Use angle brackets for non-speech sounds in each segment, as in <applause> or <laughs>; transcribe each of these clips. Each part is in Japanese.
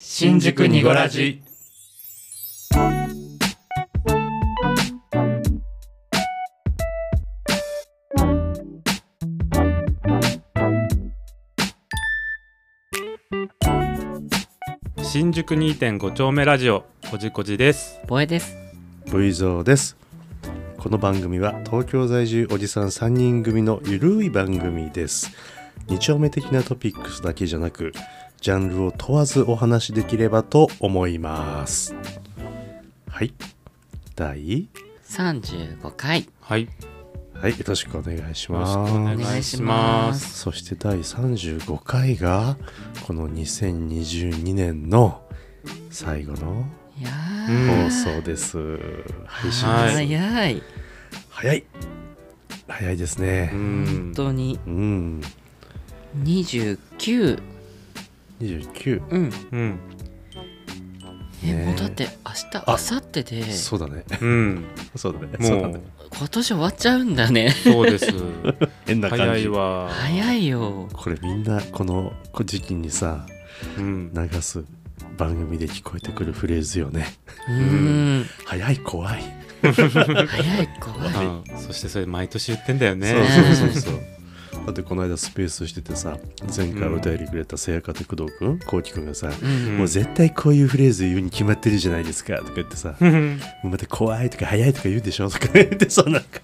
新宿にごらじ新宿2.5丁目ラジオこじこじですボエです。 V ゾーですこの番組は東京在住おじさん3人組のゆるい番組です二丁目的なトピックスだけじゃなくジャンルを問わずお話しできればと思いますはい第三十五回はいはいよろしくお願いしよろましすくお願いしますそして第35回がこの2022年の最後のいやうんー、放送です、配信はでいす早い。早い早いですねうん本当にうん二十九。 29うん。うんえ、ねえもうだって明日明後日でそうだね <laughs> うんそうだねそうだもねう今年終わっちゃうんだね。 <laughs> そうです変 <laughs> な感じ早いわ早いよ。これみんなこの時期にさうん流す番組で聞こえてくるフレーズよね <laughs> うーん。早い怖い、早い怖い。 <laughs> うんそしてそれ毎年言ってんだよねそうそうそうそうだってこの間スペースしててさ前回お便りくれたせやかて工藤くんこうきくんがさ、うん。もう絶対こういうフレーズ言うに決まってるじゃないですかとか言ってさうんもうまた怖いとか早いとか言うでしょとか言ってさなんか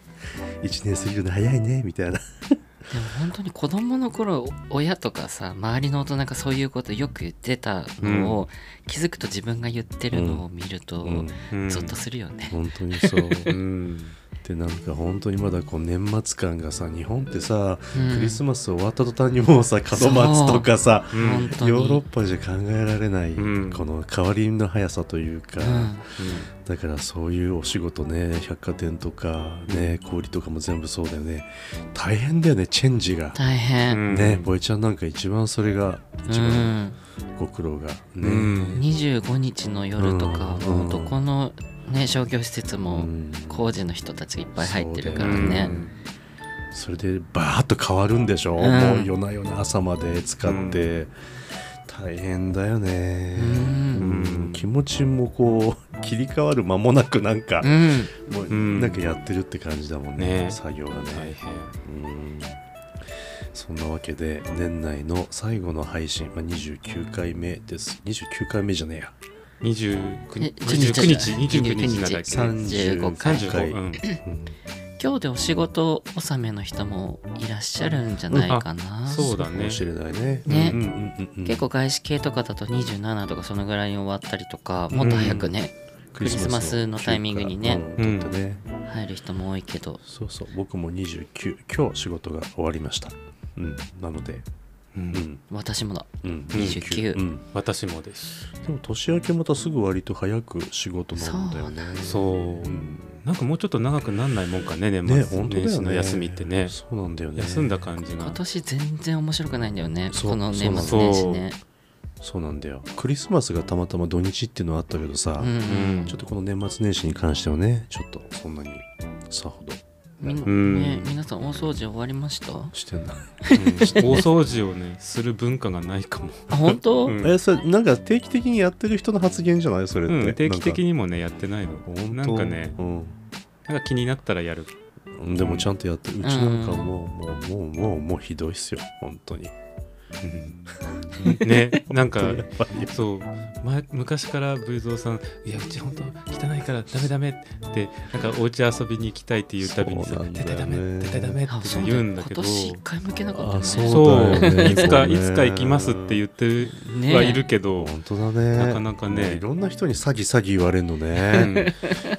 1年過ぎるの早いねみたいなでも本当に子供の頃親とかさ周りの大人がそういうことよく言ってたのを、気づくと自分が言ってるのを見ると、うんうんゾッとするよね。本当にそううんでなんか本当にまだこう年末感がさ日本ってさ、うんクリスマス終わった途端にもうさ門松とかさう本ん当ヨに。ーロッパじゃ考えられない、うんこの変わりの速さというか、うん。だからそういうお仕事ね百貨店とかね小売りとかも全部そうだよね大変だよねチェンジが、大変。うんねボイちゃんなんか一番それが一う番んご苦労がうね、ん25日の夜とか、うんもうどこの、ね、商業施設うもん工事の人たちがいっぱい入ってるうからんね。それでバーッと変わるんでしょ、うんもう夜な夜な朝まで使って、大変だよね、うんうん気持ちもこう切り替わる間もなくなんかう、ん、もううんなんかやってるって感じだもんねね作業が大ね、変うんそんなわけで年内の最後の配信、まあ、29回目です29回目じゃねえや29え日29日29 29日なんだっけ30 35回35うんうん今日でお仕事納めの人もいらっしゃるんじゃないかな。そうだかねもしれないねねうんうんうんうん結構外資系とかだと27とかそのぐらいに終わったりとかもっと早くね、クリスマスのタイミングにねうん取ってね、入る人も多いけどそうそう僕も29今日仕事が終わりましたうんなのでううんん私もだうん29うん、私もですでも年明けまたすぐ割と早く仕事なんだよねそううんなんかもうちょっと長くなんないもんかね年末ね本当年だよ始のね休みってねそうなんだよね休んだ感じ今が年全然面白くないんだよねそうこの年末年始ね。そうなんだよクリスマスがたまたま土日っていうのはあったけどさ、うんうんちょっとこの年末年始に関してはねちょっとそんなにさほどみうんね、皆さん大掃除終わりましたしてない、うん <laughs> 大掃除をねする文化がないかもあ本当、うんえそれなんか定期的にやってる人の発言じゃないそれって、うん定期的ににもねやってないのなんかねなんか気になったらやるでもちゃんとやってるうちなんかもう、もうもうもうもうひどいっすよ本当にうんねなんかそう前昔からブイゾーさん「いやうち本当汚いからダメダメ」ってなんかお家遊びに行きたいって言うたびにさそう「なんだ絶対よねダメ絶対ダメ」ってあそうだ言うんだけど今年一回向けなかったよねあそうそうそうだよねいつかそうねいつか行きますって言ってねはいるけど、本当だねなかなかねもういろんな人に詐欺詐欺言われんのうんね、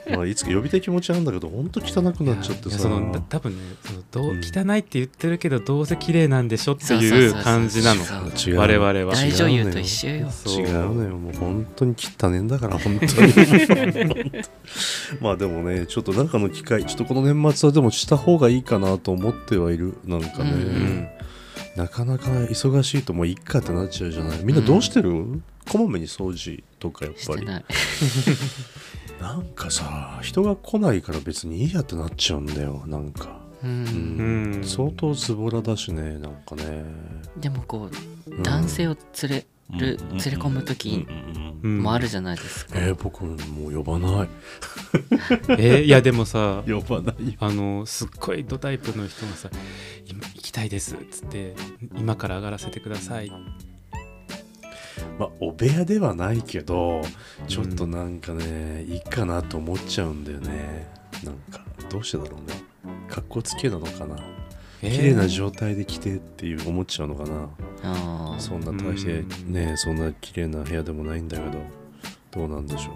まあいつか呼びたい気持ちなんだけど本当汚くなっちゃっていやさそのだ多分ねそのどううん汚いって言ってるけどどうせ綺麗なんでしょってそうそいそうううそう感じなの違違う我々は大女優と一緒よ。そう違うのよもう本当に汚ねえん <laughs> だから本当にまあでもねちょっとなんかの機会ちょっとこの年末はでもした方がいいかなと思ってはいるなんかね、ううんなかなか忙しいともういっかってなっちゃうじゃないみんなどうしてる、こまめに掃除とかやっしぱてりない。なんかさ人が来ないから別にいいやってなっちゃうんだよなんか、う、うんんうん相当ズボラだしねなんかねでもこう、うん男性を連れる連れ込む時うんもあるじゃないですか、えー、僕もう呼ばないえーいやでもさ呼ばないよあのすっごいドタイプの人がさ「今行きたいです」っつって「今から上がらせてください」 <laughs> まあお部屋ではないけどちょっとなんかね、いいかなと思っちゃうんだよねなんかどうしてだろうね格好つけなのかなえー綺麗な状態で来てっていう思っちゃうのかな、あーそんな大してうんねそんな綺麗な部屋でもないんだけどどうなんでしょう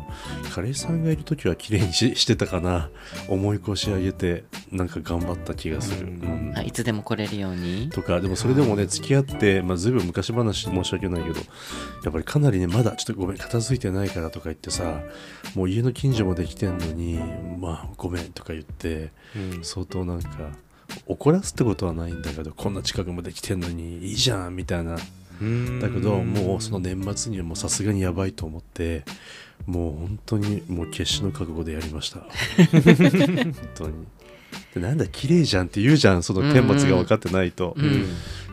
彼氏さんがいる時は綺麗にししてたかな思い越し上げてなんか頑張った気がする、うんうんあいつでも来れるようにとかでもそれでもね付き合って、まあ、ずいぶん昔話申し訳ないけどやっぱりかなりねまだちょっとごめん片付いてないからとか言ってさもう家の近所まで来てんのにまあごめんとか言ってうん相当なんか怒らすってことはないんだけどこんな近くまで来てんのにいいじゃんみたいなうんだけどもうその年末にはもうさすがにやばいと思ってもう本当にもう決死の覚悟でやり <laughs> ました本当にでなんだ綺麗じゃんって言うじゃんその天末が分かってないと、うんうん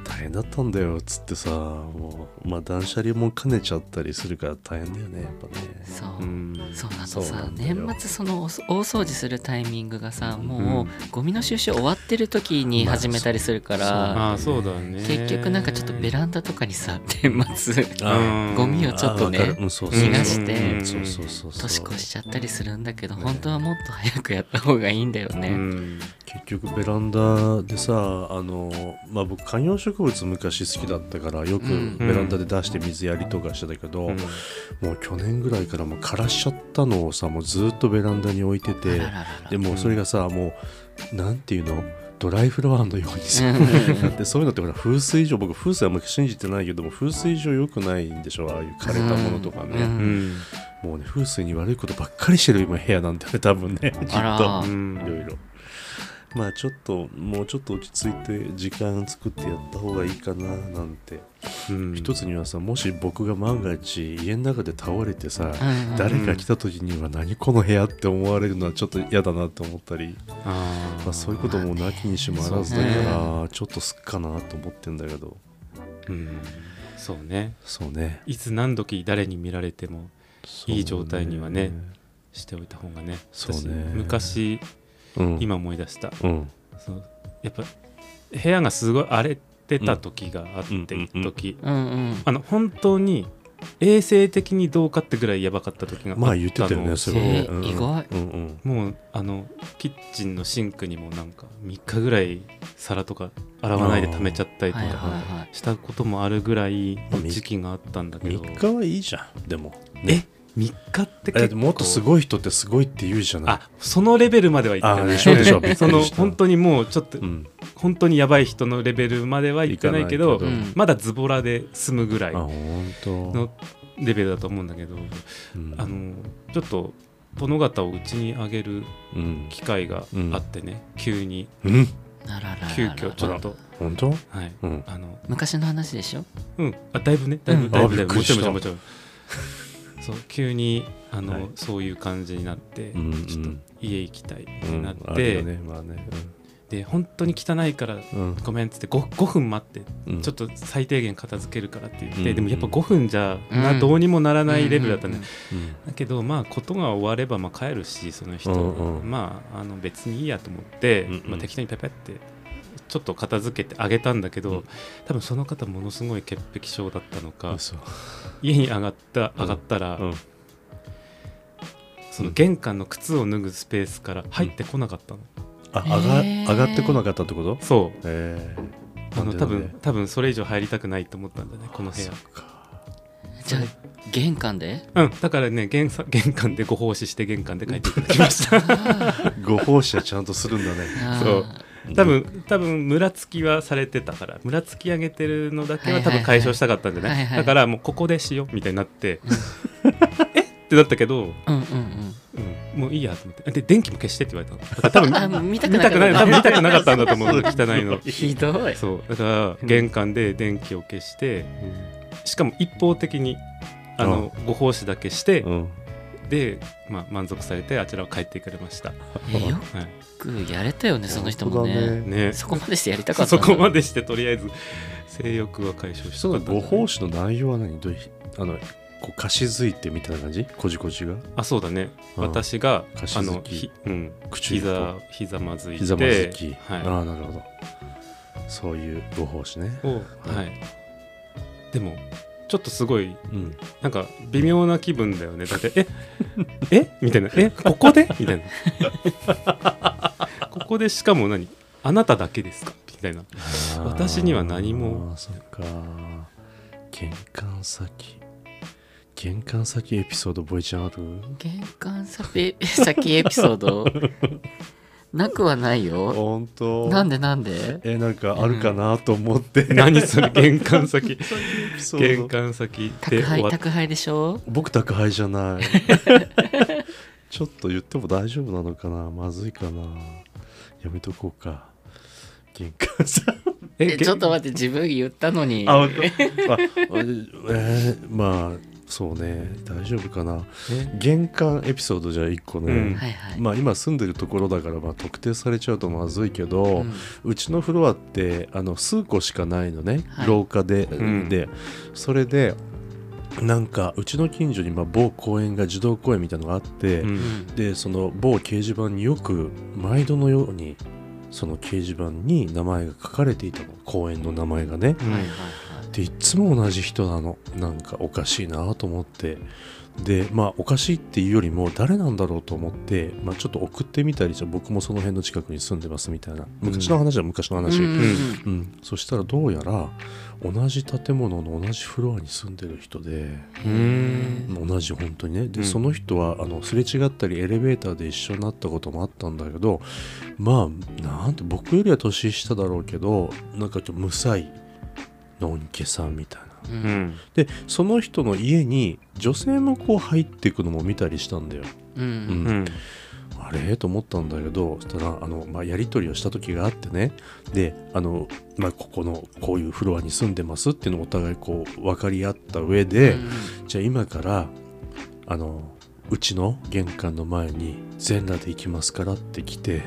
大変だったんだよっつってさもうまあ断捨離も兼ねちゃったりするから大変だよねやっぱねそう、うんそうなのそうなさんだよ年末そのお大掃除するタイミングがさもうゴミの収集終わってる時に始めたりするから、ああそうだね結局なんかちょっとベランダとかにさ年末あうんゴミをちょっとねあわかるうんそうそう逃がしてうんそうそうそうそう年越しちゃったりするんだけど本当はもっと早くやった方がいいんだようね。ん結局ベランダでさあの、まあ、僕観葉植物昔好きだったからよくうんベランダで出して水やりとかしてたけど、うんもう去年ぐらいからもう枯らしちゃったのをさもうずっとベランダに置いてあらてらららでもうそれがさもうなんていうのドライフラワーのようにさ、うん <laughs> だってそういうのってほら風水上僕風水あんまり信じてないけども風水上良くないんでしょああいう枯れたものとかね、うんうんもうね風水に悪いことばっかりしてる今部屋なんだよね多分ねきっといあらろいろまあちょっともうちょっと落ち着いて時間作ってやった方がいいかななんて、うん一つにはさもし僕が万が一家の中で倒れてさ、うん誰か来た時には何この部屋って思われるのはちょっと嫌だなと思ったり、あーまあ、そういうこともなきにしもあらずだからちょっとすっかなと思ってんだけどうんそうねそうねいつ何時誰に見られてもいい状態にはねしておいた方がねそうね私昔そうね、うん、今思い出したうんそのやっぱ部屋がすごい荒れてた時があって、うんうんうん一時うんうんあの本当に衛生的にどうかってぐらいやばかった時があったのまあ言ってたよねそれはねえー意外うんうんもうあのキッチンのシンクにもなんか3日ぐらい皿とか洗わないで溜めちゃったりとはいはいかはいしたこともあるぐらいの時期があったんだけど3日はいいじゃんでもえ3日ってえ結構もっとすごい人ってすごいって言うじゃないあそのレベルまではいってないあでしょでしょびっくりしたその本当にもうちょっとうん本当にやばい人のレベルまではいってないけどいかないけどまだズボラで済むぐらいあ本当のレベルだと思うんだけど、うんあのちょっと殿方をうちにあげるうん機会があってね、急にうんあらららら急遽ちょっと、本当はい、うんあの昔の話でしょうんあだいぶねだいぶ、うんだいぶだいぶあびっくもりちしろんたもちろんも <laughs> ちろんそう急にあの、はいそういう感じになって、うんうんちょっと家行きたいってうんなっあるて、よねまあねで本当に汚いからうんうんごめんっつって 5, 5分待ってうんちょっと最低限片付けるからって言って、うんうんでもやっぱ5分じゃ、うんなどうにもならないレベルだったね、うんだけどまあことが終わればまあ帰るしその人、うんうんまああの別にいいやと思って、うんうんまあ、適当にペペってちょっと片付けてあげたんだけど、うん多分その方ものすごい潔癖症だったのか嘘家に上がったうん上がったら、うんその玄関の靴を脱ぐスペースから入ってこなかったの、あ上がへー上がってこなかったってことそうええあの多分多分それ以上入りたくないと思ったんだねこの部屋じゃあ玄関でうん、だからね玄さ玄関でご奉仕して玄関で帰っていただきましたご奉仕はちゃんとするんだね <laughs> あーそう多分多分ムラつきはされてたからムラつき上げてるのだけはは多いはいは分い解消したかったんじゃない,、はいはいだからもうここでしようみたいになって <laughs> えってなったけど、うんうんうん、もういいやと思ってで電気も消してって言われたのだかうら多分んあ見たく見なたくない多分か見ったくなかったんだ <laughs> と思う汚いのたひどいそうだから玄関で電気を消してしかも一方的にあのご奉仕だけして、うんで、まあ、満足されてあちらを帰ってくれました、はえよいくやれたよねその人も本当だねね、そこまでしてやりたかったそんだこまでしてとりあえず性欲は解消しそたかのったんごだね奉仕の内容は何どういうあのこうかしづいてみたいな感じこじこじがあそうだね、うん私が貸しあ付のきひ、うん、口膝膝まずいてひざまずき、はああなるほどそういうご奉仕ねい、を、はい、でもちょっとすごいうんなんか微妙な気分だよねだってえ <laughs> えみたいなえここでみたいな <laughs> ここでしかも何あなただけですかみたい <laughs> な私には何もあーそっか玄関先玄関先エピソードボイちゃんある玄関先 <laughs> 先エピソードなくはないよ本当なんでなんでえなんかあるかなと思って、何それ玄関 <laughs> 先エピソード玄関先宅で終配わっ宅配でしょ僕宅配じゃない <laughs> ちょっと言っても大丈夫なのかなまずいかなやめとこうか玄 <laughs> 関さんえちょっとげ待って自分言ったのにあ <laughs> 本当あえーまあそうね大丈夫かなえ玄関エピソードじゃあ1個ね、うんはいはい、まあ、今住んでるところだからまあ特定されちゃうとまずいけど、うんうちのフロアってあの数個しかないのね、はい廊下で,、んでそれでなんかうちの近所にまあ某公園が児童公園みたいのがあって、ううんんでその某掲示板によく毎度のようにその掲示板に名前が書かれていたの公園の名前がねうんはいはいはいでいっつも同じ人なのなんかおかしいなと思ってでまあおかしいっていうよりも誰なんだろうと思って、まあ、ちょっと送ってみたりじゃ僕もその辺の近くに住んでますみたいな昔の話は昔の話、ううんんうんそしたらどうやら同じ建物の同じフロアに住んでる人でうーん同じ本当にねで、うんその人はあのすれ違ったりエレベーターで一緒になったこともあったんだけどまあなんて僕よりは年下だろうけどなんかちょっと無才のんけさんみたいな。うんううんんでその人の家に女性もこう入っていくのも見たりしたんだようんうんうんあれと思ったんだけどそしたらあの、まあ、やり取りをした時があってねであの、まあ、ここのこういうフロアに住んでますっていうのをお互いこう分かり合った上で、じゃあ今からあのうちの玄関の前に全裸で行きますからって来て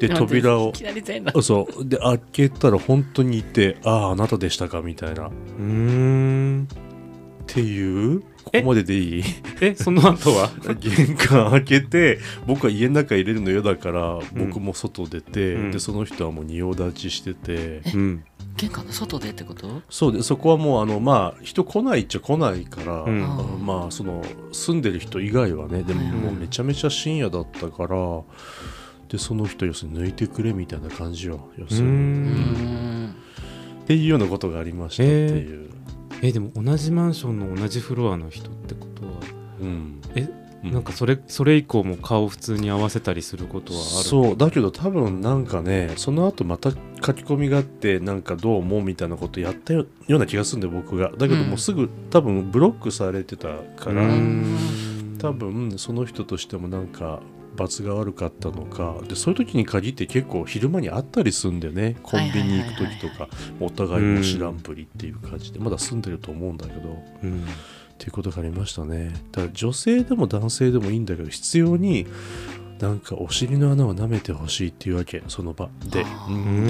で扉をいきなり全裸あそうで開けたら本当にいて「あああなたでしたか」みたいなっうーんていうここまででいいえその後は玄関開けて僕は家の中入れるの嫌だからん僕も外出て、うんでその人はもう仁王立ちしててうん玄関の外でってことそうでそこはもうあのまあ人来ないっちゃ来ないから、うんあのまあその住んでる人以外はねでもうんもうめちゃめちゃ深夜だったからでその人要するに抜いてくれみたいな感じよ要うすーるにうんんっていうようなことがありましたっていう、えでも同じマンションの同じフロアの人ってことはうんえうなんかそれそれ以降も顔普通に合わせたりすることはあるそうだけど多分なんかねその後また書き込みがあってなんかどうもみたいなことやったよような気がするんで僕がだけどうんもうすぐ多分ブロックされてたかうら、ーん多分その人としてもなんか罰が悪かったのかでそういう時に限って結構昼間にあったりするんだよねコンビニ行く時とかお互いもう知らんぷりっていう感じでまだ住んでると思うんだけど。うんっていうことがありましたねだから女性でも男性でもいいんだけど必要になんかお尻の穴を舐めてほしいっていうわけその場であー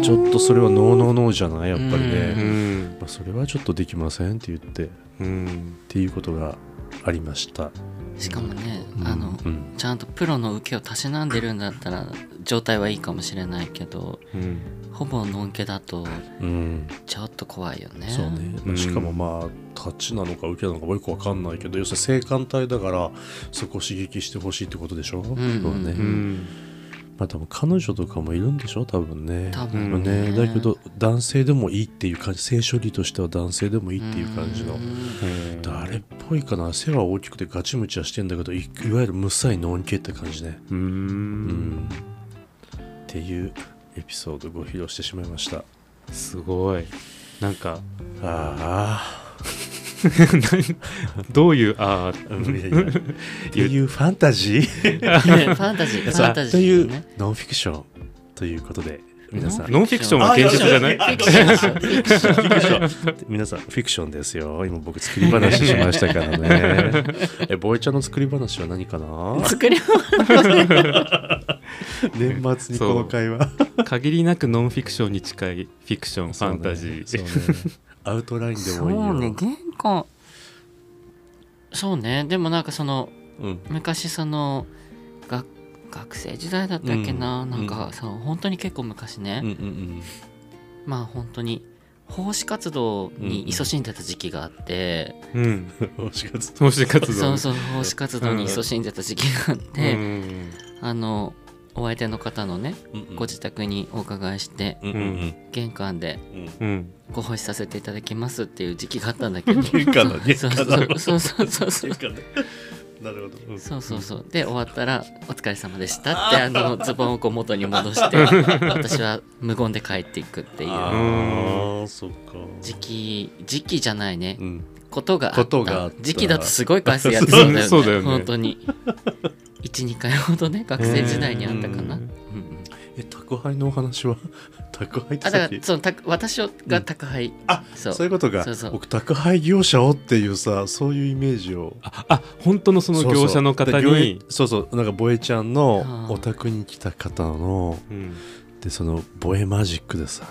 でちょっとそれはノーノーノーじゃないやっぱりうね、んまあ、それはちょっとできませんって言ってっうんていうことがありました、しかもねうんあのうんちゃんとプロの受けをたしなんでるんだったら状態はいいかもしれないけどうんほぼのんけだとうんちょっと怖いよねそうね、うまあ、んしかもまあタッチなのか受けなのかもよくわかんないけど要するに性感帯だからそこを刺激してほしいってことでしょ、んそううねうんんまあ多分彼女とかもいるんでしょ多分ね多う分んね、だけど男性でもいいっていう感じ性処理としては男性でもいいっていう感じのうん誰っぽいかな背は大きくてガチムチはしてんだけどいいわゆる無才の恩恵って感じねううんんっていうエピソードをご披露してしまいましたすごいなんかあどういうあーあいやい <laughs> やっていうファンタジーねファンタジー、ファンタジといー、うね。ノンフィクションということで皆さんノンフィクションは現実じゃないフィクションでしょフィクションフィクション皆さんフィクションですよ今僕作り話しましたから <laughs> ねえボイちゃんの作り話は何かな作り物年末にこの会話限りなくノンフィクションに近いフィクション、ファンタジそうー。ねそうねアウトラインでそもいいようね原稿そうねでもなんかそのうん昔その学学生時代だったっけな、うんなんかその本当に結構昔ね、うんうんまあ本当に奉仕活動に勤しんでた時期があって、うん。 <laughs> うん4月投資活そ動。うそう奉仕活動に勤しんでた時期があっうて、ん。あのお相手の方のねうんうんご自宅にお伺いしてうんうん玄関でうんうん。ご奉仕させていただきますっていう時期があったんだけど <laughs> 玄関だ <laughs> 玄そう関だそうそうそうそう玄関だなるほどうんそうそうそうで終わったら「お疲れ様でした」ってあのズボンをこう元に戻 <laughs> して私は無言で帰っていくっていうああそっか時期時期じゃないねうんことがあったことがあった時期だとすごい回数やってそうだよ <laughs> ねそうだよね本当に12回ほどね学生時代にあったかな、うんうんうんえ宅配のお話は宅配ってあさだっからきそのた私が宅配、あそそういうことがそうそう僕宅配業者をっていうさそういうイメージをあ、あ本当のその業者の方そうそうでに業。そうそうなんかボエちゃんのあーお宅に来た方のうん。でそのボエマジックでさ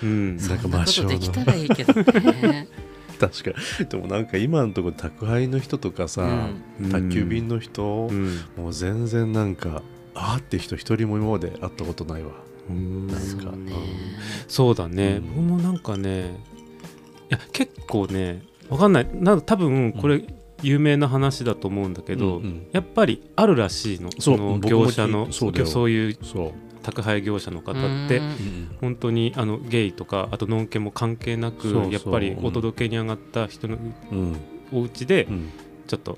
うん。そなんなんかこまあしょうとがなでいきたらいいけどね、確か <laughs> でもなんか今のところ宅配の人とかうさ、ん、宅急便の人、うん。もう全然なんかあーって人一人も今まで会ったことないわうんそうねそうだね、うん僕もなんかねいや結構ねわかんないなんか多分これ有名な話だと思うんだけど、うんうんやっぱりあるらしいのそうの僕も業者のそうだよそういうそう、宅配業者の方っうてん本当にあのゲイとかあとノンケも関係なくそうそうやっぱりお届けに上がった人のうんお家でうんちょっと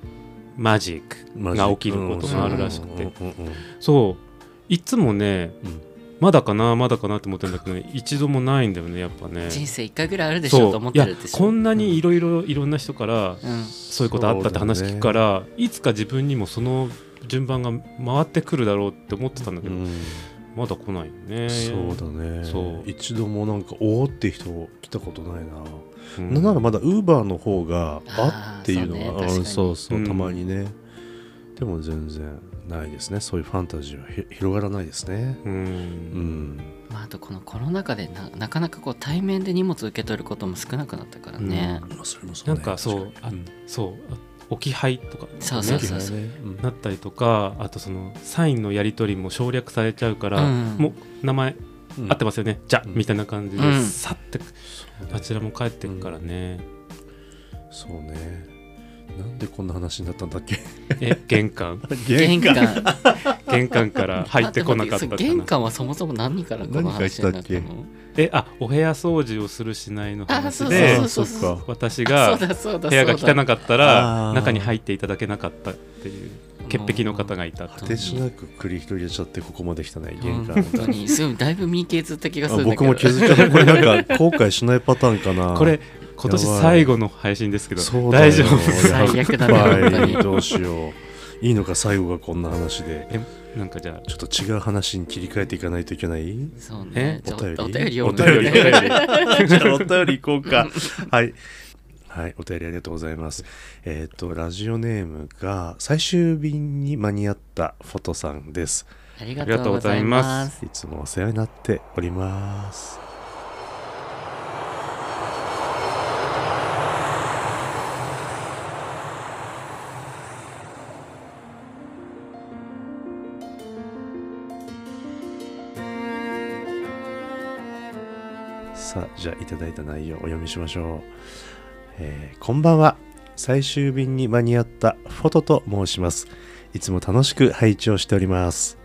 マジックが起きることがあるらしくて、うんうんうんそういつもね、うんまだかなまだかなって思ってるんだけど、ね、一度もないんだよねやっぱね。人生1回ぐらいあるでしそうょと思ってるでしょいやこんなにいろいろいろんな人かうらんそういうことあったって話聞くから、いつか自分にもその順番が回ってくるだろうって思ってたんだけうど、んまだ来ないよねそうだねそう一度もなんかおおって人来たことないな、うんなんならまだウーバーの方があーあっていうのそうねが確かうんにそうそううんたまにね、でも全然ないですねそういうファンタジーはひ広がらないですねううんんまあ、あとこのコロナ禍でななかなかこう対面で荷物受け取ることも少なくなったからね、まあそれもそなねんかそう確あかにそうあ置き配とかね、そうそうそうねうんなったりとかあとそのサインのやり取りも省略されちゃうから、うんもう名前合ってまますよね、じゃうんみたいな感じで、うんさってあちらも帰ってくからね、そうねなんでこんな話になったんだっ <laughs> けえ玄関玄関玄関から入ってこなかったってあでも話玄関はそもそも何からこの話になった何かのえあお部屋掃除をするしないのあ話そうでそうそうそうそそうう私あがそうだそうだ部屋がそうだ汚かったあらー中に入っていただけなかったっていう潔癖の方がいたもと果てしなく繰り広げちゃってここまで来たね玄関本当にすごいだいぶ身削った気がすあるんだけ僕ども気づいたこれなんか後悔しないパターンかなこれ今年最後の配信ですけどそうだ大よ丈夫最悪だねやっ本ぱ当りにどうしよういいのか最後がこんな話でえなんかじゃあちょっと違う話に切り替えていかないといけ <laughs> ないそうねえじゃあお便りお便りおを便りお便りねじゃあお便り行こうかはいはいお便りありがとうございますえっ、とラジオネームが最終便に間に合ったフォトさんですありがとうございますいつもお世話になっておりますさあじゃあいただいた内容をお読みしましょう、えーこんばんは最終便に間に合ったフォトと申しますいつも楽しく拝聴しております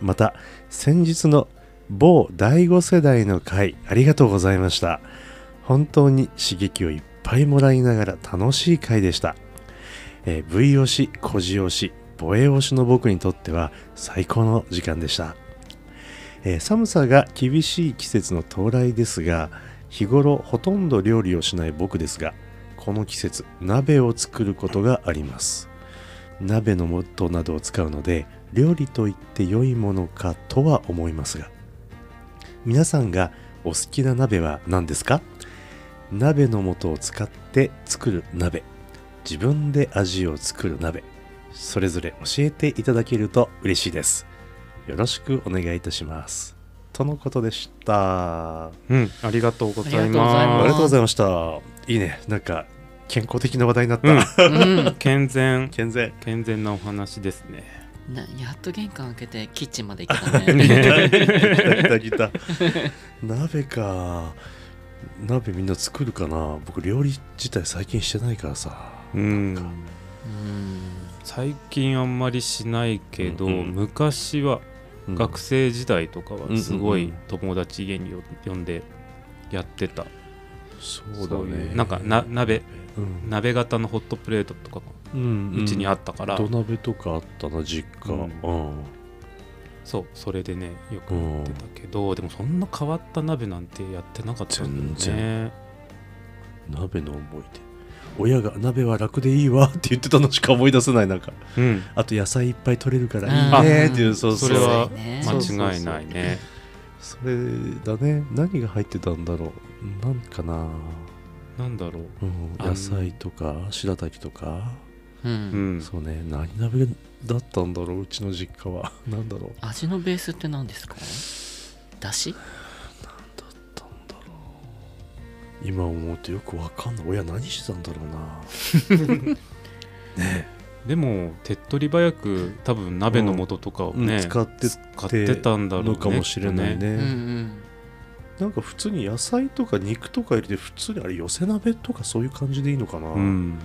また先日の某第5世代の回ありがとうございました本当に刺激をいっぱいもらいながら楽しい回でした、えー V 推し小じ推しボエ推しの僕にとっては最高の時間でした、えー寒さが厳しい季節の到来ですが日頃ほとんど料理をしない僕ですがこの季節鍋を作ることがあります鍋の素などを使うので料理と言って良いものかとは思いますが皆さんがお好きな鍋は何ですか鍋の素を使って作る鍋自分で味を作る鍋それぞれ教えていただけると嬉しいですよろしくお願いいたしますとのことでしたあうん、ありがとうござあいりがとうございまりますがとうございましたいいねなんか健康的な話題になった、うんうん健全健全健全なお話ですねなやっと玄関開けてキッチンまで行けた <laughs> ねギタギタ鍋か鍋みんな作るかな僕料理自体最近してないからさうんうん最近あんまりしないけど、うんうん昔はうん学生時代とかうんうんうはんすごい友達家によ呼んでやってた、そうだそういねうなんかな鍋うん鍋型のホットプレートとかもうんうちにあっったから、土鍋とかあったな実家うんうんそうそれでねよくやってたけど、でもそんな変わった鍋なんてやってなかったんだよ全ね鍋の思い出親が鍋は楽でいいわって言ってたのしか思い出せないなんかうんあと野菜いっぱい取れるからいいねっていうあそうそそうれはそうね間違いないねそれだね何が入ってたんだろうなんかななんだろううんあの野菜とか白滝とかううんんそうね何鍋だったんだろううちの実家は <laughs> 何だろう味のベースって何ですかだしだったんだろう今思うとよくわかんない親何してたんだろうなねでも手っ取り早く多分鍋の素とかをね、うん使ってて使ってたんだろうねのかもしれなきいっとねうんなんか普通に野菜とか肉とか入れて普通にあれ寄せ鍋とかそういう感じでいいのかな、うん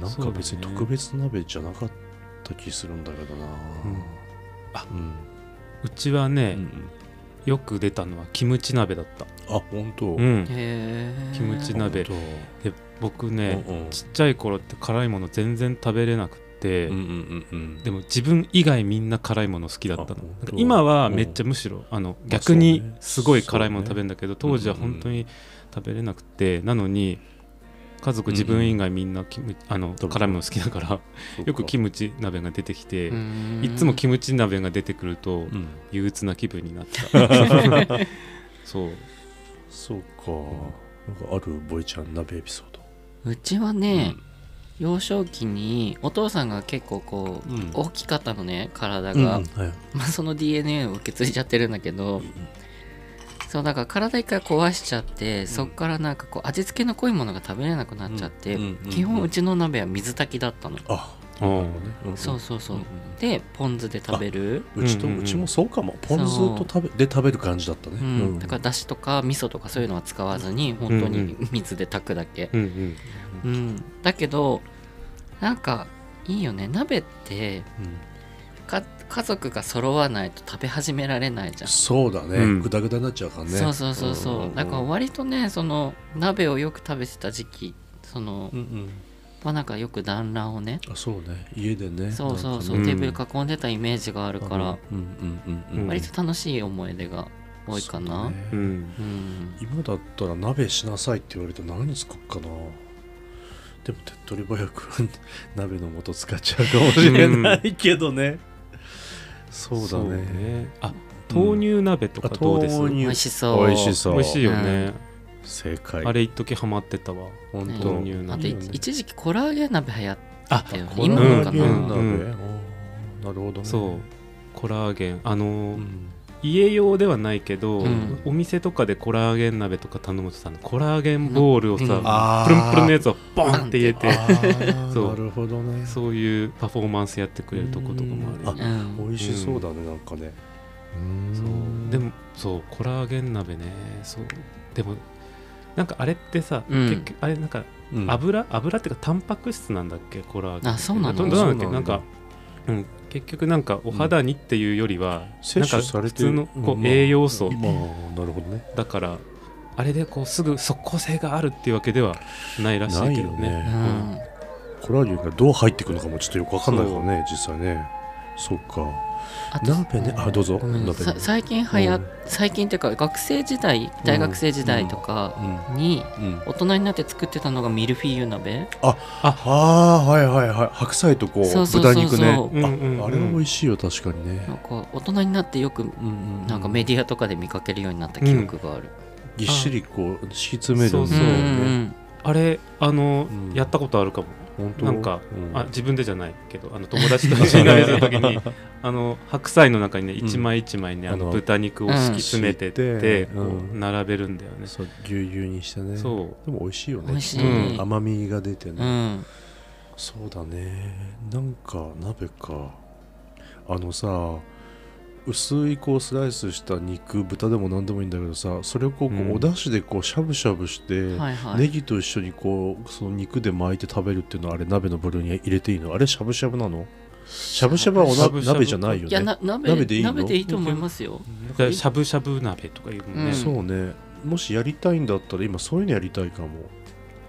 なんか別に特別鍋じゃなかった気するんだけどな、うんああうん、うちはね、うんよく出たのはキムチ鍋だった、あ本当、う本んうん、へえキムチ当鍋で僕ね、うんうんちっちゃい頃って辛いもの全然食べれなくって、うんうんうんうんでも自分以外みんな辛いもの好きだったあの本当なんか今はめっちゃむしろあの逆にすごい辛いもの食べるんだけど、そうね当時は本当に食べれなくて、なのに家族うん自分以外みんなキムあの食べた辛いもの好きだからそうかよくキムチ鍋が出てきて、うんいつもキムチ鍋が出てくるとうん憂鬱な気分になった <laughs> そうそうかなんかあるボイちゃん鍋エピソードうちはね、幼少期にお父さんが結構こう、うん大きかったのね体うんが、うんはいまあ、その DNA を受け継いじゃってるんだけど、そうだから体一回壊しちゃってそっからなんかこう味付けの濃いものが食べれなくなっちゃって、うんうんうんうん基本うちの鍋は水炊きだったの、ああーうんそうそうそう、うんでポン酢で食べるうちと、ううんうんうんちもそうかもポン酢と食べで食べる感じだったね、うんうんだからだしとか味噌とかそういうのは使わずに本当に水で炊くだけ、うんうんうんだけどなんかいいよね鍋ってか家族が揃わないと食べ始められないじゃん、そうだね、うんグダグダになっちゃうからねそうそうそうそう,、んんんだから割とねその鍋をよく食べてた時期その、うんうんまあなんかよく団らんをねあそうね家でねそうそうそう、なんかテねーブル囲んでたイメージがあるだから、うんうんうんうん割と楽しい思い出が多いかなう,、そうだねうんん今だったら鍋しなさいって言われて何作っかなでも手っ取り早く鍋の素使っちゃうかもしれないけどね、そうだねあ豆乳鍋とかどうです、あ豆乳美味しそう美味しそう美味しいよね、正解あれ一時ハマってたわ本ね当豆乳あ鍋とい一時期コラーゲン鍋流行ってあたよねコ今ラもーかゲな、ン鍋、うあーなるほどねそうコラーゲンあのー、うん家用ではないけど、うんお店とかでコラーゲン鍋とか頼むとさコラーゲンボールをさ、うんあープルンプルンのやつをボンって入れてあーそうなるほどねそういうパフォーマンスやってくれるとことかもあるよねうん美味しそうだね、なんかねそうでもそうコラーゲン鍋ねそうでもなんかあれってさ、うん結局あれなんかうん油油っていうかタンパク質なんだっけコラーゲンってあそうなのどどうなんだっけそなうなんんだか、うん、結局なんかお肌にっていうよりは、なん摂か取され普てる通のこうんうまあ栄養素まあなるほどねだからあれでこうすぐ即効性があるっていうわけではないらしいないけよどねねうんコラーゲンがどう入ってくのかもちょっとよくわかんないからね実際ねそっかあと鍋ねあどうぞごめん鍋さ最近はやうん最近っていうか学生時代大学生時代とかうんにうん大人になって作ってたのがミルフィーユ鍋ああはいはいはい白菜とこうそうそうそう豚そう肉ねうんうんうんああれは美味しいよ確かになんねか大人になってよくなんかメディアとかで見かけるようになった記憶がある、ぎっしりこう敷き詰めるそううんそううんねんあれあの、うんやったことあるかも本当なんか、うんあ自分でじゃないけどあの友達と一緒に鍋する時 <laughs> にあの白菜の中にね一枚一枚ね、ああのの豚肉を敷き詰めてって、うんこう並べるんだよね、そうぎゅうぎゅうにしてねそうでも美味しいよね美味しいうん甘みが出てね、うんそうだねなんか鍋かあのさ薄いこうスライスした肉豚でも何でもいいんだけどさそれをこうこううんお出汁でこうしゃぶしゃぶして、はいはい、ネギと一緒にこうその肉で巻いて食べるっていうのはあれ鍋の部類に入れていいのあれしゃぶしゃぶなのしゃぶしゃぶはおしゃなぶしゃぶ鍋じゃないよねいやな鍋鍋でいいの鍋でいいと思いますよだからしゃぶしゃぶ鍋とかいうもんね、うんそうねもしやりたいんだったら今そういうのやりたいかも、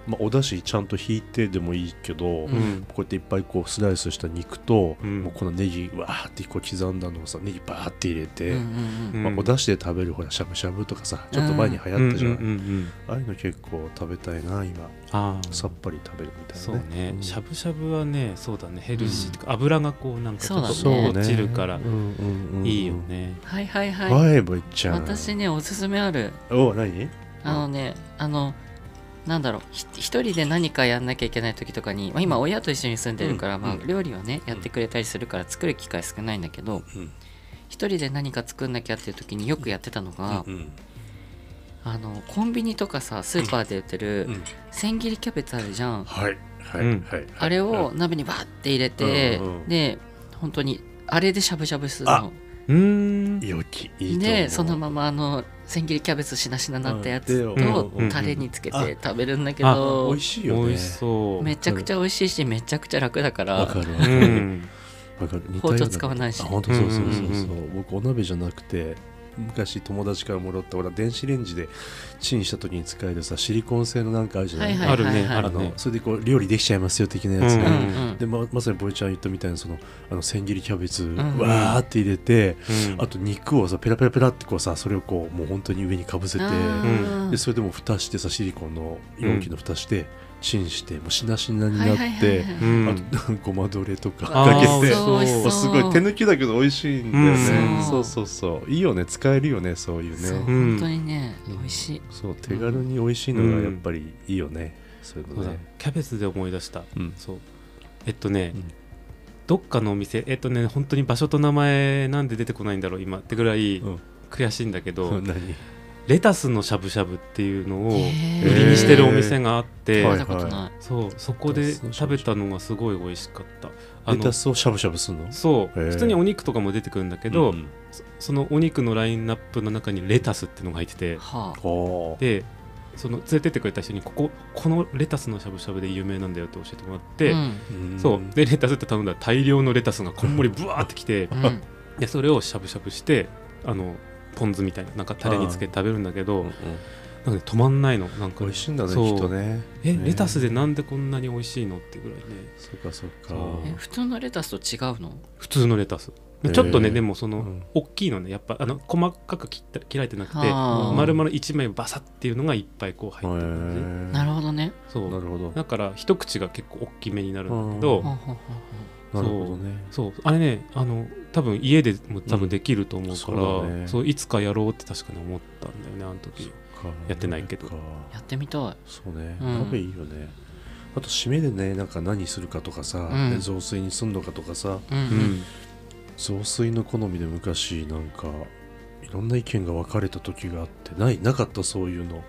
まあ、お出汁ちゃんと引いてでもいいけど、うんうんこうやっていっぱいこうスライスした肉と、うんもうこのネギわーってこう刻んだのをさネギバーって入れて、うんうんうんまあ、お出汁で食べるほらしゃぶしゃぶとかさちょっと前に流行ったじゃない、うんうんうんうんああいうの結構食べたいな今ああさっぱり食べるみたいなねそうね、んしゃぶしゃぶはねそうだねヘルシーとか、油がこうなんかちょっそうだねと落ちるから、うんうんうんうんいいよね、はいはいはい、はいぼいっちゃん私ねおすすめあるお何あのねあのなんだろうひ一人で何かやんなきゃいけない時とかに、まあ、今親と一緒に住んでるから、うんまあうん、料理をねやってくれたりするから作る機会少ないんだけどうん一人で何か作んなきゃっていう時によくやってたのが、うんあのコンビニとかさスーパーで売ってるうん千切りキャベツあるじゃん、はいはい、うんはいあれを鍋にバーって入れて、うんうんで本当にあれでしゃぶしゃぶするのうーん良きいいと思うでそのままあの千切りキャベツしなしななったやつうんでとうんタレにつけあて食べるんだけ美ど味しい美よね味しそうめちゃくちゃ美味しいしめちゃくちゃ楽だかわらかるわうかるん、わかる似たよう包な丁使わないしあ本当そうそうそううんうんそうう僕お鍋じゃなくて昔友達からもらったほら電子レンジでチンした時に使えるさシリコン製のなんかあるじゃなはい,、いはいあるねはいああるねのそれでこう料理できちゃいますよ的なやつうね、んうんうんでままさにボイちゃん言ったみたいなそのあの千切りキャベツ、んわーって入れて、うんあと肉をさペラペラペラってこうさそれをこうもう本当に上にかぶせてあーでそれでも蓋してさシリコンの容器の蓋してチンしてもうしなしなにはなっいはいはいてはいうんあとごまどれとかあかーけてそう美味しそうもうすごい手抜きだけど美味しいんだよね、うんそうそうそういいよね使えるよねそういうそうねん本当にね美味しいそう手軽に美味しいのがやっぱりいいよね、そういうそのうだねキャベツで思い出したうんそうえっとね、うんどっかのお店えっとね本当に場所と名前なんで出てこないんだろう今ってぐらいうん悔しいんだけど、そう何レタスのしゃぶしゃぶっていうのを売へーりにしてるお店があって、は食いべたことないそうそこでレタスのしゃ食ぶべしゃぶたのがすごい美味しかったあレタのスをしゃぶしゃぶするのそうへー普通にお肉とかも出てくるんだけけど、そそのお肉のラインナップの中にレタスっていうのが入っててはほうでその連れてってくれた人にこここのレタスのしゃぶしゃぶで有名なんだよって教えてもらっあて、うんんそうでレタスって頼んだら大量のレタスがこんもりぶわーってきてうんでそれをしゃぶしゃぶしてあのポン酢みたいななんかタレにつけて食べるんだけうどんなんうんか、ね、止まんないのなんか美味しいんだねきそうっとねえねレタスでなんでこんなに美味しいのってぐらいねそっかそっかそうえ普通のレタスと違うの普通のレタスへーちょっとねでもその、うん大きいのねやっぱあの細かく切った切られてなくてあー丸々一枚バサッっていうのがいっぱいこう入ってる感じ、へーなるほどねそうなるほどだから一口が結構大きめになるんだけど、うんほんほんほんほんなるほどねそうあれねあの多分家でも多分できると思うから、うんそうそうだねいつかやろうって確かに思ったんだよねあの時やってないけどそっかやってみたいそうね、うん鍋いいよねあと締めでねなんか何するかとかさ、うんで雑炊にすんのかとかさうんううんん雑炊の好みで昔なんかいろんな意見が分かれた時があってないなかったそういうの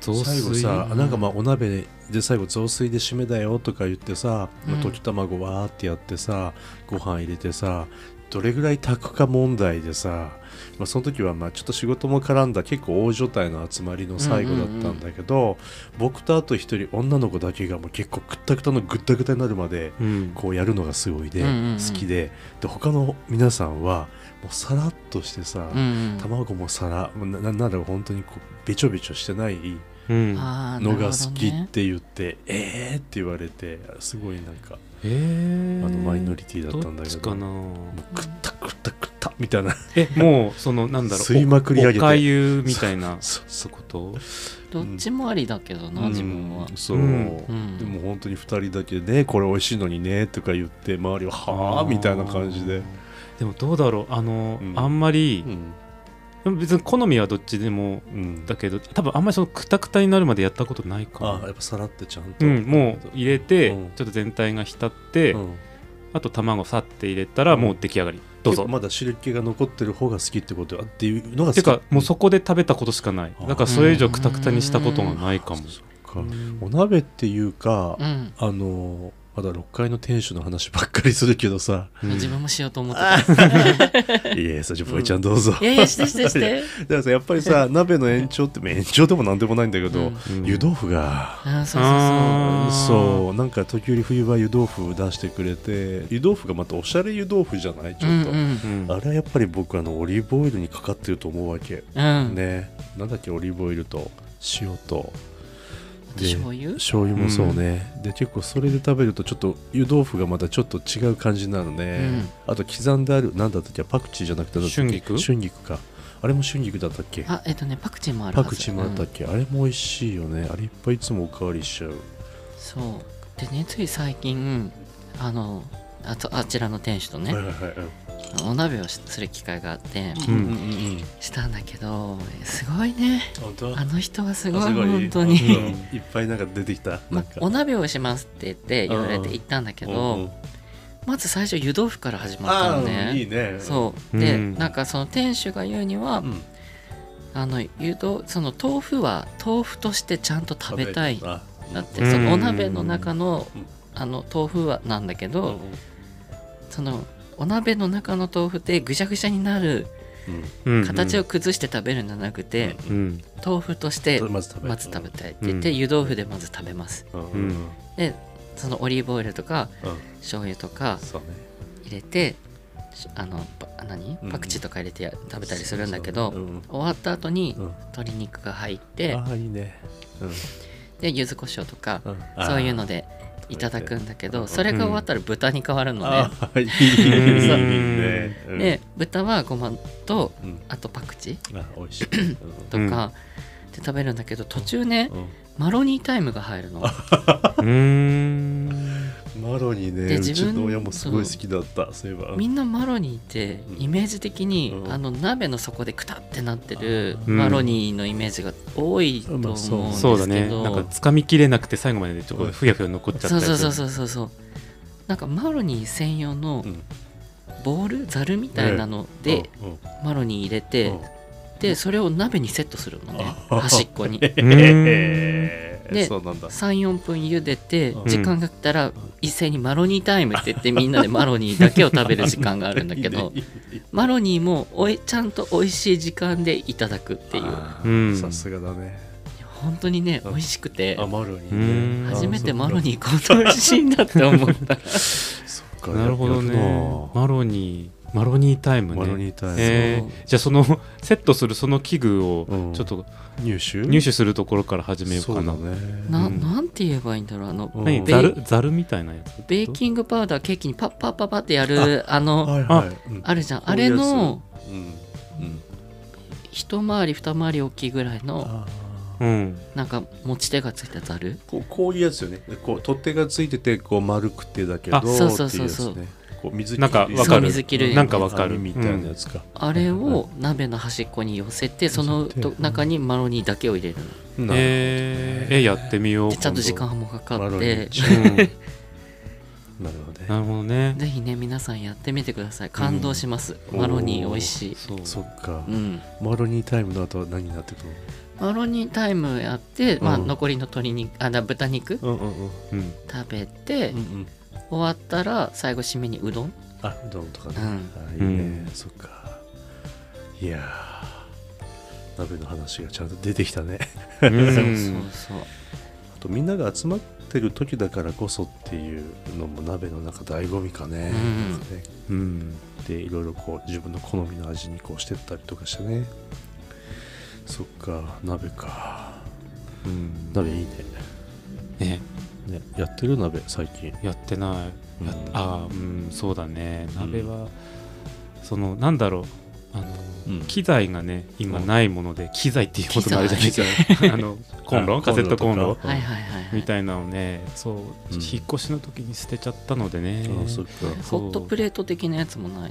雑炊最後さなんかまあお鍋で最後雑炊で締めだよとか言ってさ、うん溶き卵わーってやってさご飯入れてさどれぐらい炊くか問題でさ、まあ、その時はまあちょっと仕事も絡んだ結構大所帯の集まりの最後だったんだけど、僕とあと一人女の子だけがもう結構くったくたのぐったぐたになるまでうんこうやるのがすごいで、うんうんうん好きでで他の皆さんはもうさらっとしてさ、うん卵も皿もうななんなら本当にこうべちょべちょしてないうんあーなるほのどがね好きって言って、えーって言われてすごいなんかえあーのマイノリティだったんだけどっちどかなもうくったくったくったみたいな <laughs> えもうそのなんだろう吸いまくり上げておおかゆみたいなそそことどっちもありだけどな、自分はうん。そう、うんうんでも本当に2人だけでねこれ美味しいのにねとか言って周りははあみたいな感じで、でもどうだろうあの、うんあんまりうんでも別に好みはどっちでもうん、だけど多分あんまりそのクタクタになるまでやったことないかあもやっぱさらってちゃんと、うん、もう入れて、うんちょっと全体が浸って、うんあと卵さって入れたらもう出来上がりどう結構ぞまだ汁気が残ってる方が好きってことだっていうのが好きてかもうそこで食べたことしかないあーだからそれ以上クタクタにしたことがないかもそっかお鍋っていうか、うん、あのまだ6階の店主の話ばっかりするけ <laughs> どさうん自分もしようと思ってたいやさじゃあボイちゃんどうぞ、いやいやしてして <laughs> しいやてだからさやっぱ <laughs> りさ鍋の延長ってまあ延長でもなんでもないんだけど、うんうん湯豆腐があーそうあーそうなんか時折冬は湯豆腐出してくれて湯豆腐がまたおしゃれ湯豆腐じゃないちそうそうょうっんと、うんうんあれはやっぱり僕あのオリーブオイルにかかってると思うわけ、うん、ねなんだっけオリーブオイルと塩とあとで醤油醤油もそうね、で結構それで食べるとちょっと湯豆腐がまたちょっと違う感じなのね、あと刻んであるなんだったっけパクチーじゃなくてなんだっけ春菊春菊かあれも春菊だったっけあえっとねパクチーもあるはパずクチーもあったっけ、あれも美味しいよねあれいっぱいいつもおかわりしちゃううんそうでねつい最近あのあとあちらの店主とね、はいはいはいお鍋をしする機会があって、うんうんうんしたんだけどすごいね本当あの人はすごいあすごい本当に、うん <laughs> いっぱいなんか出てきたなまんか、お鍋をしますって言って言われうんうてん行ったんだけど、うんうんまず最初湯豆腐から始まったあのーねいいねそうで、うんなんかその店主が言うには、うんあの湯豆その豆腐は豆腐としてちゃんと食べたいあだって、うんそのお鍋の中の、うんあの豆腐はなんだけうど、んそのお鍋の中の豆腐ってぐしゃぐしゃになるうんうん形を崩して食べるんじゃなくて、うん豆腐としてそれまず食べまず食べたいって言って、うん湯豆腐でまず食べますうんううんんでそのオリーブオイルとかうん醤油とかそうね入れてしあのパ何うんパクチーとか入れてや食べたりするんだけど、うん終わった後にうん鶏肉が入ってああいいね、うんで柚子胡椒とかうんそういうのでいただくんだけうどんそれが終わったら豚に変わるのねあ、ーいいそうねうんで豚はごまとうんあとパクチーあ美味しいうんとかで食べるんだけど途中ねうんマロニータイムが入るのうーんマロにねでう自ち分の親もすごい好きだったそういえばみんなマロニーってイメージ的にうんあの鍋の底でくたってなってるうんマロニーのイメージが多いと思うんですけど、うんそうだねなんか掴みきれなくて最後までちょっとふやふや残っちゃったそうりすそうるそうそうそうそうなんかマロニー専用のうんボールざるみたいなのでうんうんマロニー入れて、うんでそれを鍋にセットするのねあ <laughs> 端っこ <laughs> にうーんえーでそうなんだ34分茹でてうん時間が来たら一斉にマロニータイムって言ってみんなでマロニーだけを食べる時間があるんだけど <laughs> いいねいいねマロニーもおいちゃんと美味しい時間でいただくっていうあうーんさすがだね本当にねうん美味しくてあマロにうんね初めてマロニーこんな美味しいんだって思った <laughs> そっかなるほどやるねなマロニーマロニータイムねマロニータイムえそうーじゃあそのセットするその器具をうんちょっと入手入手するところから始めようかな、そうだねなうんなんて言えばいいんだろうあのうん何ざるざるみたいなやつベーキングパウダーケーキにパッパッパッパってやるあのはいはいうんあるじゃんこあういれうやつのうんうん一回り二回り大きいぐらいのあーうんなんか持ち手がついたざるこうこういうやつよねこう取っ手がついててこう丸くてだけどあそうそうそうそうっていやつねこう水切なんかるわかそうる水切るなんかわかる網みたいなやつか、あれを鍋の端っこに寄せてその寄せてと中にマロニーだけを入れるのうんなるえーえやってみようでちゃんと時今間もかマかロっニてー度うん <laughs> なるほどなねるほど <laughs> ねぜひね皆さんやってみてください感動します、うんマロニー美味しいそうそっか、うんマロニータイムの後は何になってくるマロニータイムやって、まあ、うん残りの鶏肉あな豚肉のうんうんうんうん食べて、うんうん終わったら最後締めにうどんあうどんとかね、うんあいいうね、んそっかいやー鍋の話がちゃんと出てきたね <laughs> うんそうそうあとみんなが集まってる時だからこそっていうのも鍋の中醍醐味かね,、うんなんかねうんでいろいろこう自分の好みの味にこうしてったりとかしてねそっか鍋かうん鍋いいねねねやってる鍋最近やってないやっうんあーうんそうだね鍋はそのなんだろうあのうん機材がね今うんないもので機材っていうこともあるじゃないですか <laughs> あのコンロあカセットコンロとかはいはいはい、はい、みたいなのをねそううん引っ越しの時に捨てちゃったのでねあそっかそうホットプレート的なやつもないの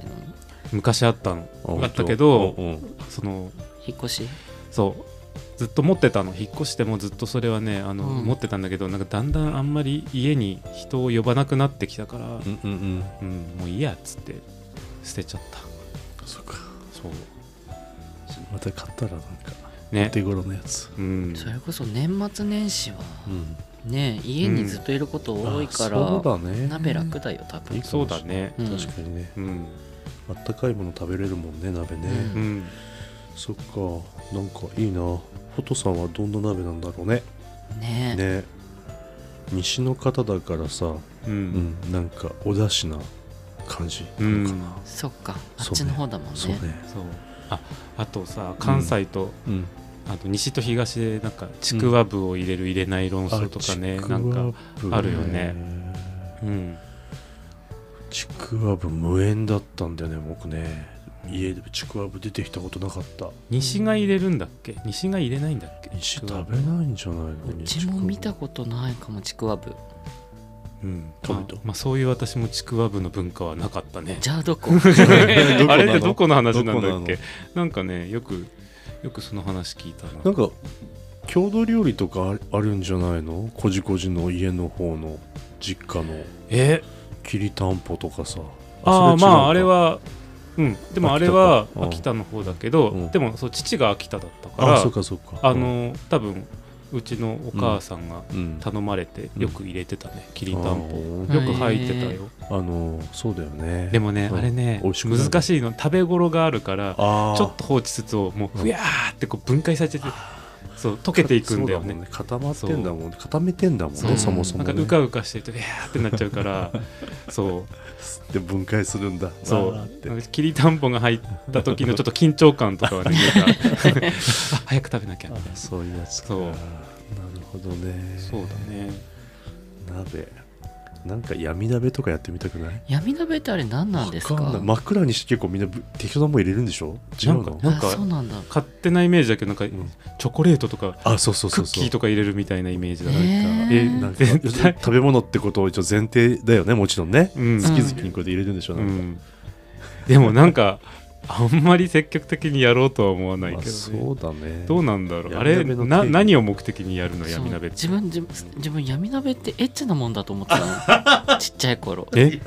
昔あったのああったけうどんうんその引っ越しそうずっと持ってたの引っ越してもずっとそれはねあの、うん持ってたんだけどなんかだんだんあんまり家に人を呼ばなくなってきたから、うんうんうんうんもういいやっつって捨てちゃったそっかそうまた買ったらなんかおね手頃のやつうんそれこそ年末年始はうんね家にずっといること多いから、あそうだね鍋楽だよ多分、いいかそもうしれだねうん確かにねうん、あったかいもの食べれるもんね鍋ね、うんうん、そっかなんかいいなフォトさんはどんな鍋なんだろうねねね西の方だからさ、ううんん、なんかおだしな感じうなのかんな、そっかあっそうねちの方だもんねそうねそうああとさ関西と、うんあと西と東でなんかちくわぶを入れる入れない論争とかね、あなんか、ちくわぶねあるよねうん、ちくわぶ無縁だったんだよね僕ね家でちくわぶ出てきたことなかった西が入れるんだっけ西が入れないんだっけち西くわ食ぶべないんじゃないのうちも見たことないかもちくわぶうん食べまたあまあ、そういう私もちくわぶの文化はなかったねじゃあど <laughs> こどこな <laughs> のあれってどこの話なんだっけどこなんかねよくよくその話聞いたななんか郷土料理とかああるんじゃないのこじこじの家の方の実家のえきりたんぽとかさああまそれ違うかああれはうんでもあれは秋田かうん秋田の方だけど、うんでもそう父が秋田だったからあそうかそうかあの多分うちのお母さんがうん頼まれてうんよく入れてたね、きりたんぽよあく入ってたよ、ーあのそうだよねでもね、うんあれね美味しくなる難しいの食べ頃があるからあーちょっと放置しつつをもうふやーってこう分解されててそう溶けていくんだよねそう固まってんだもんね固めてんだもんねそうそもそなもんねかうかうかしてると「いやー」ってなっちゃうから <laughs> そうで分解するんだそわーってうきりたんぽが入った時のちょっと緊張感とか <laughs> はねなんかあ早く食べなきゃみたいあなそういうやつかそうなるほどねそうだね鍋なんか闇鍋とかやってみたくない闇鍋ってあれ何なんですかわんない真っ暗にして結構みんなぶ適当なもん入れるんでしょ違うのなあんかそうなんだ勝手なイメージだけどなんかんチョコレートとかあそうそうクそうッそうキーとか入れるみたいなイメージだえからーえなんか絶対食べ物ってことを一応前提だよねもちろんね、うん好き好きにこうやって入れるんでしょ、うなんかんでもなんかあんまり積極的にやろうとは思わないまあけどねそうだねどうなんだろうあ闇れ鍋の定義な何を目的にやるのそう闇鍋って自分自分自分闇鍋ってエッチなもんだと思ってた <laughs> のちっちゃい頃え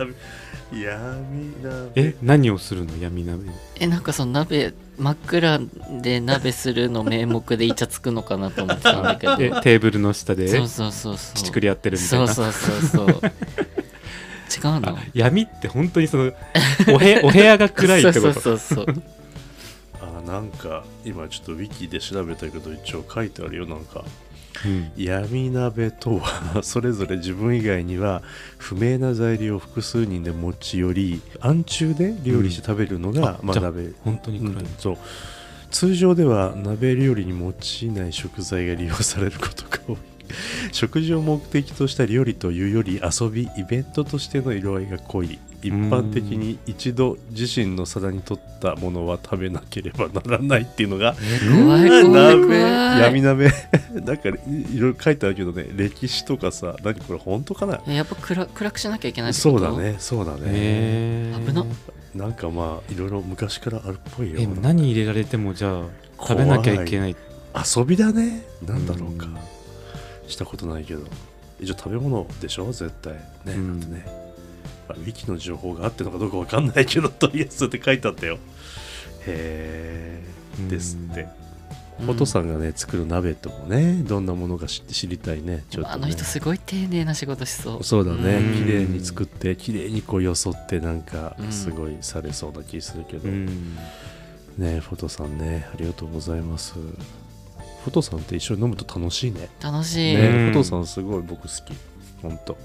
闇鍋え何をするの闇鍋えなんかその鍋真っ暗で鍋するの名目でイチャつくのかなと思ってたんだけどえテーブルの下でそうそうそうそう乳繰り合ってるみたいそなうそうそうそう違うのあ闇って本当にそのおへ <laughs> お部屋が暗いってこそとうそうそうそうあなんか今ちょっとウィキで調べたけど一応書いてあるよなんかうん闇鍋とは <laughs> それぞれ自分以外には不明な材料を複数人で持ち寄り暗中で料理して食べるのが、うんまあじあ、ゃあ鍋、本当にう暗い、んそう通常では鍋料理に用いない食材が利用されることが多い <laughs> 食事を目的とした料理というより遊びイベントとしての色合いが濃い一般的に一度自身の皿に取ったものは食べなければならないっていうのが怖い怖い鍋怖闇い鍋 <laughs> なんかいいろいろ書いてあるけどね歴史とかさ何これ本当かなえやっぱ暗暗くしなきゃいけないってそことうだねそうだねえー危なっなんかまあいろいろ昔からあるっぽいよえ何入れられてもじゃあ食べなきゃいけない遊びだねなんだろうかしたことないけど一応食べ物でしょ絶対ね,、うんだってねまあウィキの情報があってるのかどうかわかんないけどとりあえずそうやって書いてあったよへうんえですってうんフォトさんがね作る鍋ともねどんなものか知って知りたいねちょっとねあの人すごい丁寧な仕事しそうそうだねうん綺麗に作って綺麗にこうよそってなんかうんすごいされそうな気するけど、うんねフォトさんねありがとうございますフォトさんって一緒に飲むと楽しいね楽しい、ねうんフォトさんすごい僕好きほんと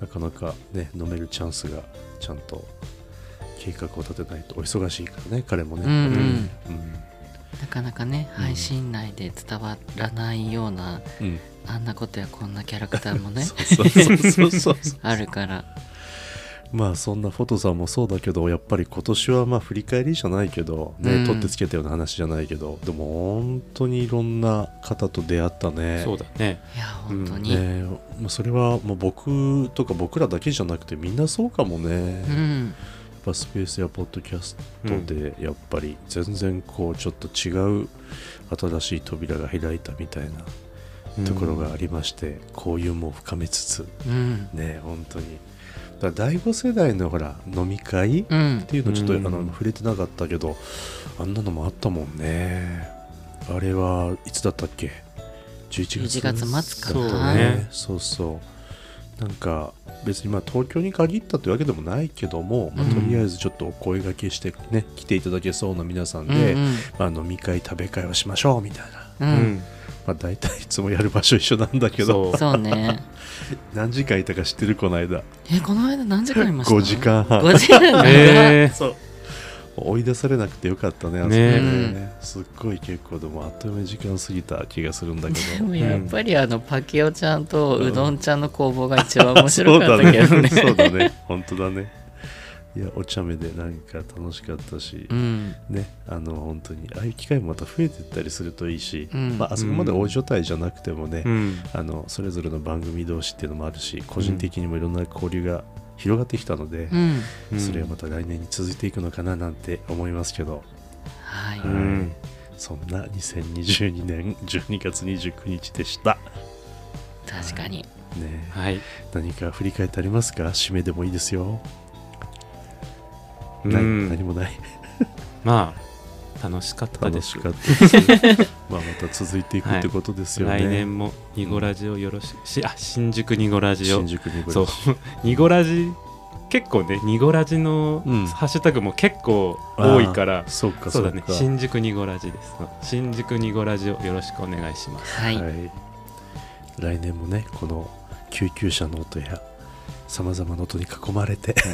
なかなかね飲めるチャンスがちゃんと計画を立てないとお忙しいからね彼もねうんうんうんなかなかねうん配信内で伝わらないような、うんあんなことやこんなキャラクターもねそうそうそうそうそうあるからまあそんなフォトさんもそうだけどやっぱり今年はまあ振り返りじゃないけど、ねうん取ってつけたような話じゃないけどでも本当にいろんな方と出会ったね。そうだねいや本当に、ねまあそれはもう僕とか僕らだけじゃなくてみんなそうかもね、うやっんぱスペースやポッドキャストでやっぱり全然こうちょっと違う新しい扉が開いたみたいなところがありまして、交友も深めつつうんね本当にだから第5世代のほら飲み会っうんていうのちょっと、うんあの触れてなかったけどあんなのもあったもんねあれはいつだったっけ11月11月末かそうなねそうそうなんか別にまあ東京に限ったというわけでもないけども、まあうんとりあえずちょっとお声がけしてね来ていただけそうな皆さんうで、んまあ、飲み会食べ会をしましょうみたいな、ううんんまあ、大体いつもやる場所一緒なんだけどそうそうね何時間いたか知ってるこの間えこの間何時間いました5時間半5時間ね <laughs> えーそう追い出されなくてよかったねあそこねねすっごい結構でもあっという間に時間過ぎた気がするんだけでどもやっぱりあのパキオちゃんとうどんちゃんの攻防が一番 <laughs> 面白かだったけどねねそうだね本当だねいやお茶目でなんか楽しかったし、うんねあの本当にああいう機会もまた増えてったりするといいし、うんまあ、あそこまで大所帯じゃなくてもね、うんあのそれぞれの番組同士っていうのもあるし個人的にもいろんな交流が広がってきたのでう、んうんそれはまた来年に続いていくのかななんて思いますけど、はいうんそんな2022年12月29日でした。確かにねえ、はい何か振り返ってありますか締めでもいいですよ。うないん何もない。まあ楽しかったで楽すしかったです。 <laughs> まあまた続いていくってことですよね。来年もニゴラジオよろしく、しあ新宿ニゴラジオ新宿にこれそうニゴラジ結構ねニゴラジのうんハッシュタグも結構多いから、そうかそそううだか。ね新宿ニゴラジです新宿ニゴラジオよろしくお願いしますはいはい、来年もねこの救急車の音やさまざまな音に囲まれて <laughs>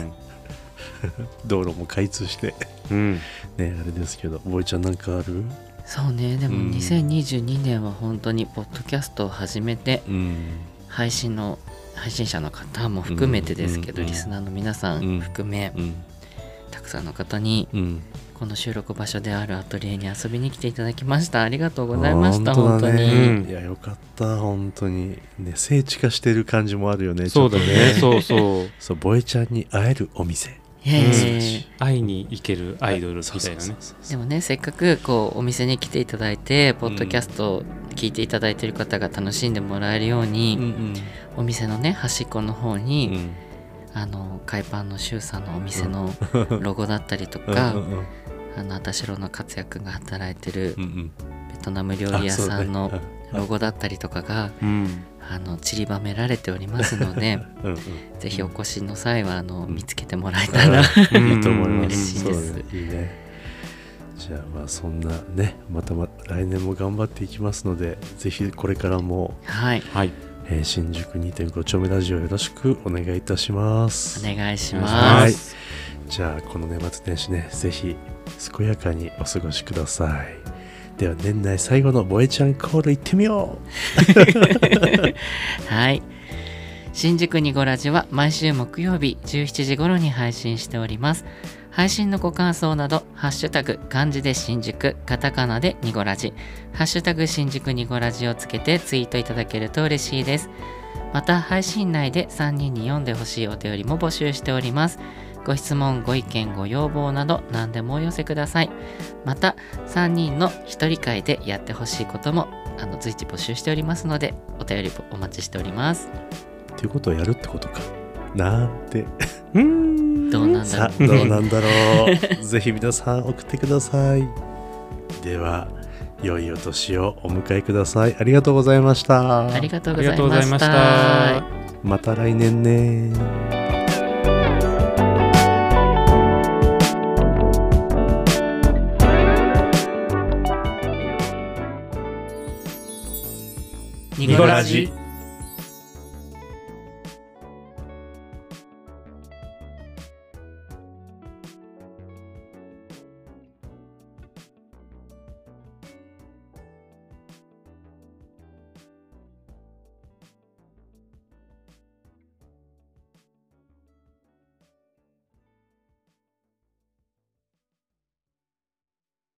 道路も開通してうん、ねあれですけどボイちゃんなんかあるそうねでうんも2022年は本当にポッドキャストを始めてうん配信の配信者の方も含めてですけど、うんリスナーの皆さうんん含め、うんたくさんの方にうんこの収録場所であるアトリエに遊びに来ていただきましたありがとうございましたあー本当,、だに、ねうんいやよかった本当にね聖地化してる感じもあるよねそうだねちょっとそう <laughs> そうそうボイちゃんに会えるお店イエーイうん素晴らしい会いに行けるアイドルみたいなそうねそうでもねせっかくこうお店に来ていただいてポッドキャストを聞いていただいている方が楽しんでもらえるようそうに、んお店のね端っこの方うに、んあの海パンのシュウさんのお店 <laughs> のロゴだったりとか、うんうんあのあたしろの活躍が働いてるうんうんベトナム料理屋さんのロゴだったりとかがうんあの散りばめられておりますのでうんうんぜひお越しの際はあの見つけてもらえたらうんいいと思いま嬉す。しいですそうだねいいね。じゃあまあそんなねまたま来年も頑張っていきますのでぜひこれからも、はいはいえー新宿2.5丁目ラジオよろしくお願いいたします。お願いしお願まいすしますじゃあこの年末年始ねぜひ健やかにお過ごしください。では年内最後のボエちゃんコール行ってみようはい新宿にごラジは毎週木曜日17時頃に配信しております配信のご感想など「ハッシュタグ漢字で新宿」カタカナでにごラジ「ハッシュタグ新宿にごラジ」をつけてツイートいただけると嬉しいですまた配信内で3人に読んでほしいお便りも募集しておりますご質問ご意見ご要望など何でもお寄せくださいまた3人の1人会でやってほしいこともあの随時募集しておりますのでお便りお待ちしておりますっていうことをやるってことか。なんてうんどうなんださろあうどうねなんだろ <laughs> うぜひ皆さん送ってくださいでは良いお年をお迎えくださいありがとうございましたありがとうあごりざがいとうござまいまししたた。また来年ねニニコラジ